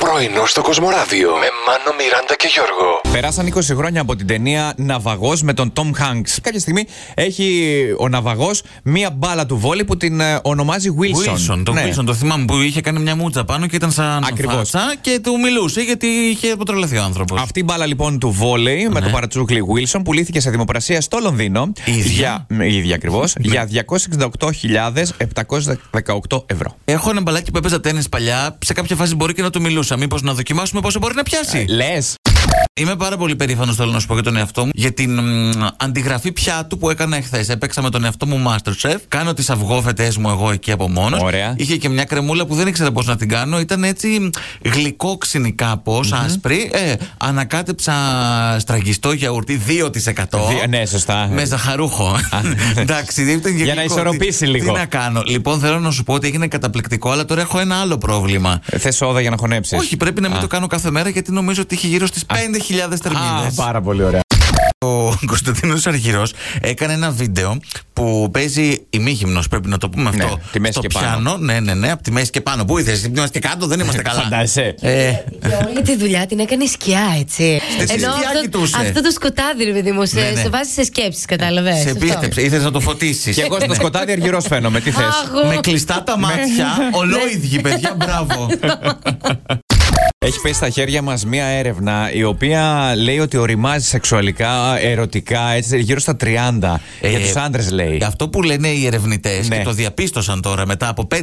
Πρωινό στο Κοσμοράδιο με Μάνο, Μιράντα και Γιώργο. Περάσαν 20 χρόνια από την ταινία Ναυαγός με τον Tom Hanks. Κάποια στιγμή έχει ο Ναυαγός μία μπάλα του βόλη που την ε, ονομάζει Wilson. Wilson, το Ναι. Wilson, το θυμάμαι που είχε κάνει μια μούτσα πάνω και ήταν σαν Ακριβώς. φάτσα και του μιλούσε γιατί είχε αποτρελαθεί ο άνθρωπος. Αυτή η μπάλα λοιπόν του βόλεϊ με το παρατσούκλι Wilson πουλήθηκε σε δημοπρασία στο Λονδίνο. Ναι. Η ίδια? Ναι. Για, με- η ίδια ακριβώς. για 268.718 ευρώ. Έχω ένα μπαλάκι που έπαιζα τέννη παλιά. Σε κάποια φάση μπορεί και να του μιλούσα. Μήπως να δοκιμάσουμε πόσο μπορεί να πιάσει. Λες. Είμαι πάρα πολύ περήφανος, θέλω να σου πω για τον εαυτό μου, για την μ, αντιγραφή πιάτου που έκανα εχθές. Έπαιξα με τον εαυτό μου Masterchef. Κάνω τις αυγόφετες μου εγώ εκεί από μόνος. Ωραία. Είχε και μια κρεμούλα που δεν ήξερα πώς να την κάνω. Ήταν έτσι μ, γλυκόξινη κάπως, άσπρη. Ε, ανακάτεψα στραγγιστό γιαουρτί 2%. Δι- ναι, σωστά. Με ζαχαρούχο. Εντάξει, δεν ήταν Για να γλυκό. ισορροπήσει Τι- λίγο. Τι να κάνω. Λοιπόν, θέλω να σου πω ότι έγινε καταπληκτικό, αλλά τώρα έχω ένα άλλο πρόβλημα. Θες σόδα για να χωνέψεις. Όχι, πρέπει να μην Α. το κάνω κάθε μέρα γιατί νομίζω ότι είχε γύρω στις 5.000 Α, θερμίδε. πάρα πολύ ωραία. Ο Κωνσταντίνος Αργυρός έκανε ένα βίντεο που παίζει ημίγυμνο, πρέπει να το πούμε αυτό. Ναι, τη μέση στο και πάνω. πιάνο. Ναι, ναι, ναι, από τη μέση και πάνω. Πού ήρθε, είμαστε και κάτω, δεν είμαστε καλά. Φαντάζεσαι. Ε, Και όλη τη δουλειά την έκανε σκιά, έτσι. Στη σκιά αυτό, κοιτούσε. αυτό το σκοτάδι, ρε παιδί μου, σε, Ναι, ναι. σε βάζει σε σκέψεις, κατάλαβες. σε πίστεψε, ήθελες να το φωτίσεις. Και εγώ στο Ναι. σκοτάδι αργυρός φαίνομαι. Τι θες. Αχ, Με κλειστά τα μάτια, ολόιδιοι παιδιά, μπράβο. Ε, Έχει πέσει στα χέρια μας μία έρευνα η οποία λέει ότι οριμάζει σεξουαλικά, ερωτικά, έτσι, γύρω στα 30. για Ε, τους άντρες λέει. Αυτό που λένε οι ερευνητές Ναι. και το διαπίστωσαν τώρα μετά από 5.000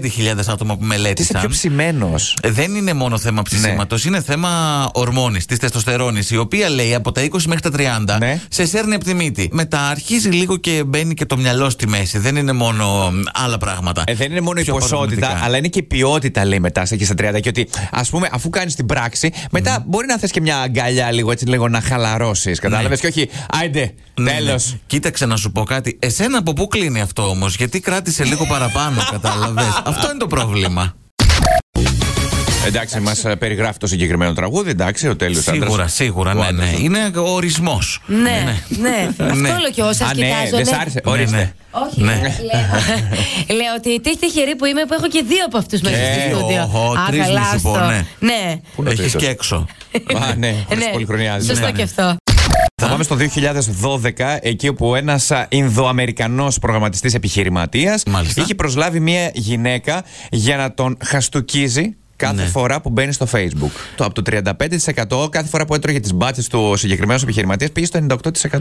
άτομα που Τι είσαι μελέτησαν. πιο Ναι. ψημένος. Δεν είναι μόνο θέμα ψησίματος, είναι θέμα ορμόνης, της τεστοστερόνης, η οποία λέει από τα 20 μέχρι τα 30 Ναι. σε σέρνει από τη μύτη. Μετά αρχίζει λίγο και μπαίνει και το μυαλό στη μέση. Δεν είναι μόνο μ, άλλα πράγματα. Ε, δεν είναι μόνο η Πιο ποσότητα, παραπλανητικά. αλλά είναι και η ποιότητα, λέει μετά, σε εκεί στα 30. Και ότι, ας πούμε, αφού κάνεις την πράξη, μετά μπορεί να θες και μια αγκαλιά λίγο έτσι, λίγο να χαλαρώσεις. Κατάλαβες. Και όχι, άιντε, Ναι, τέλο. ναι. Κοίταξε να σου πω κάτι. Εσένα από πού κλείνει αυτό όμως, γιατί κράτησε λίγο παραπάνω, κατάλαβες. αυτό είναι το πρόβλημα. Εντάξει, μας περιγράφει το συγκεκριμένο τραγούδι, εντάξει, ο τέλειος σίγουρα, σίγουρα, ναι, ναι. Είναι ο ορισμός. Ναι, ναι. Αυτό όλο και όσα Α, ναι, κοιτάζω. δεν ναι. σ' άρεσε. Ορίστε. Όχι, Ναι. λέω, λέω ότι τι τυχερή που είμαι που έχω και δύο από αυτούς μέσα στο Ε, στούντιο. οχο, Α, τρεις καλά, μη σου πω, άστο. ναι. Ναι. Πού είναι ο Έχει τρίτος? και έξω. Α, ναι, χωρίς Ναι. πολυχρονιάζει. Σωστό Ναι, ναι. και αυτό. Θα πάμε στο 2012, εκεί όπου ένας Ινδοαμερικανός προγραμματιστής επιχειρηματίας Μάλιστα. είχε προσλάβει μια γυναίκα για να τον χαστουκίζει κάθε Ναι. φορά που μπαίνει στο Facebook. Το, από το 35% κάθε φορά που έτρωγε τις μπάτσες του ο συγκεκριμένο επιχειρηματίας πήγε στο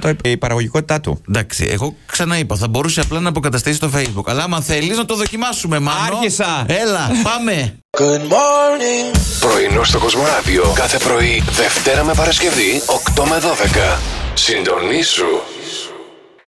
98% η παραγωγικότητά του. Εντάξει, εγώ ξαναείπα, θα μπορούσε απλά να αποκαταστήσει το Facebook. Αλλά άμα θέλεις να το δοκιμάσουμε, μάλλον. Άρχισα. Έλα, πάμε. Πρωινό στο Κοσμοράδιο κάθε πρωί, Δευτέρα με Παρασκευή, 8 με 12. Συντονίσου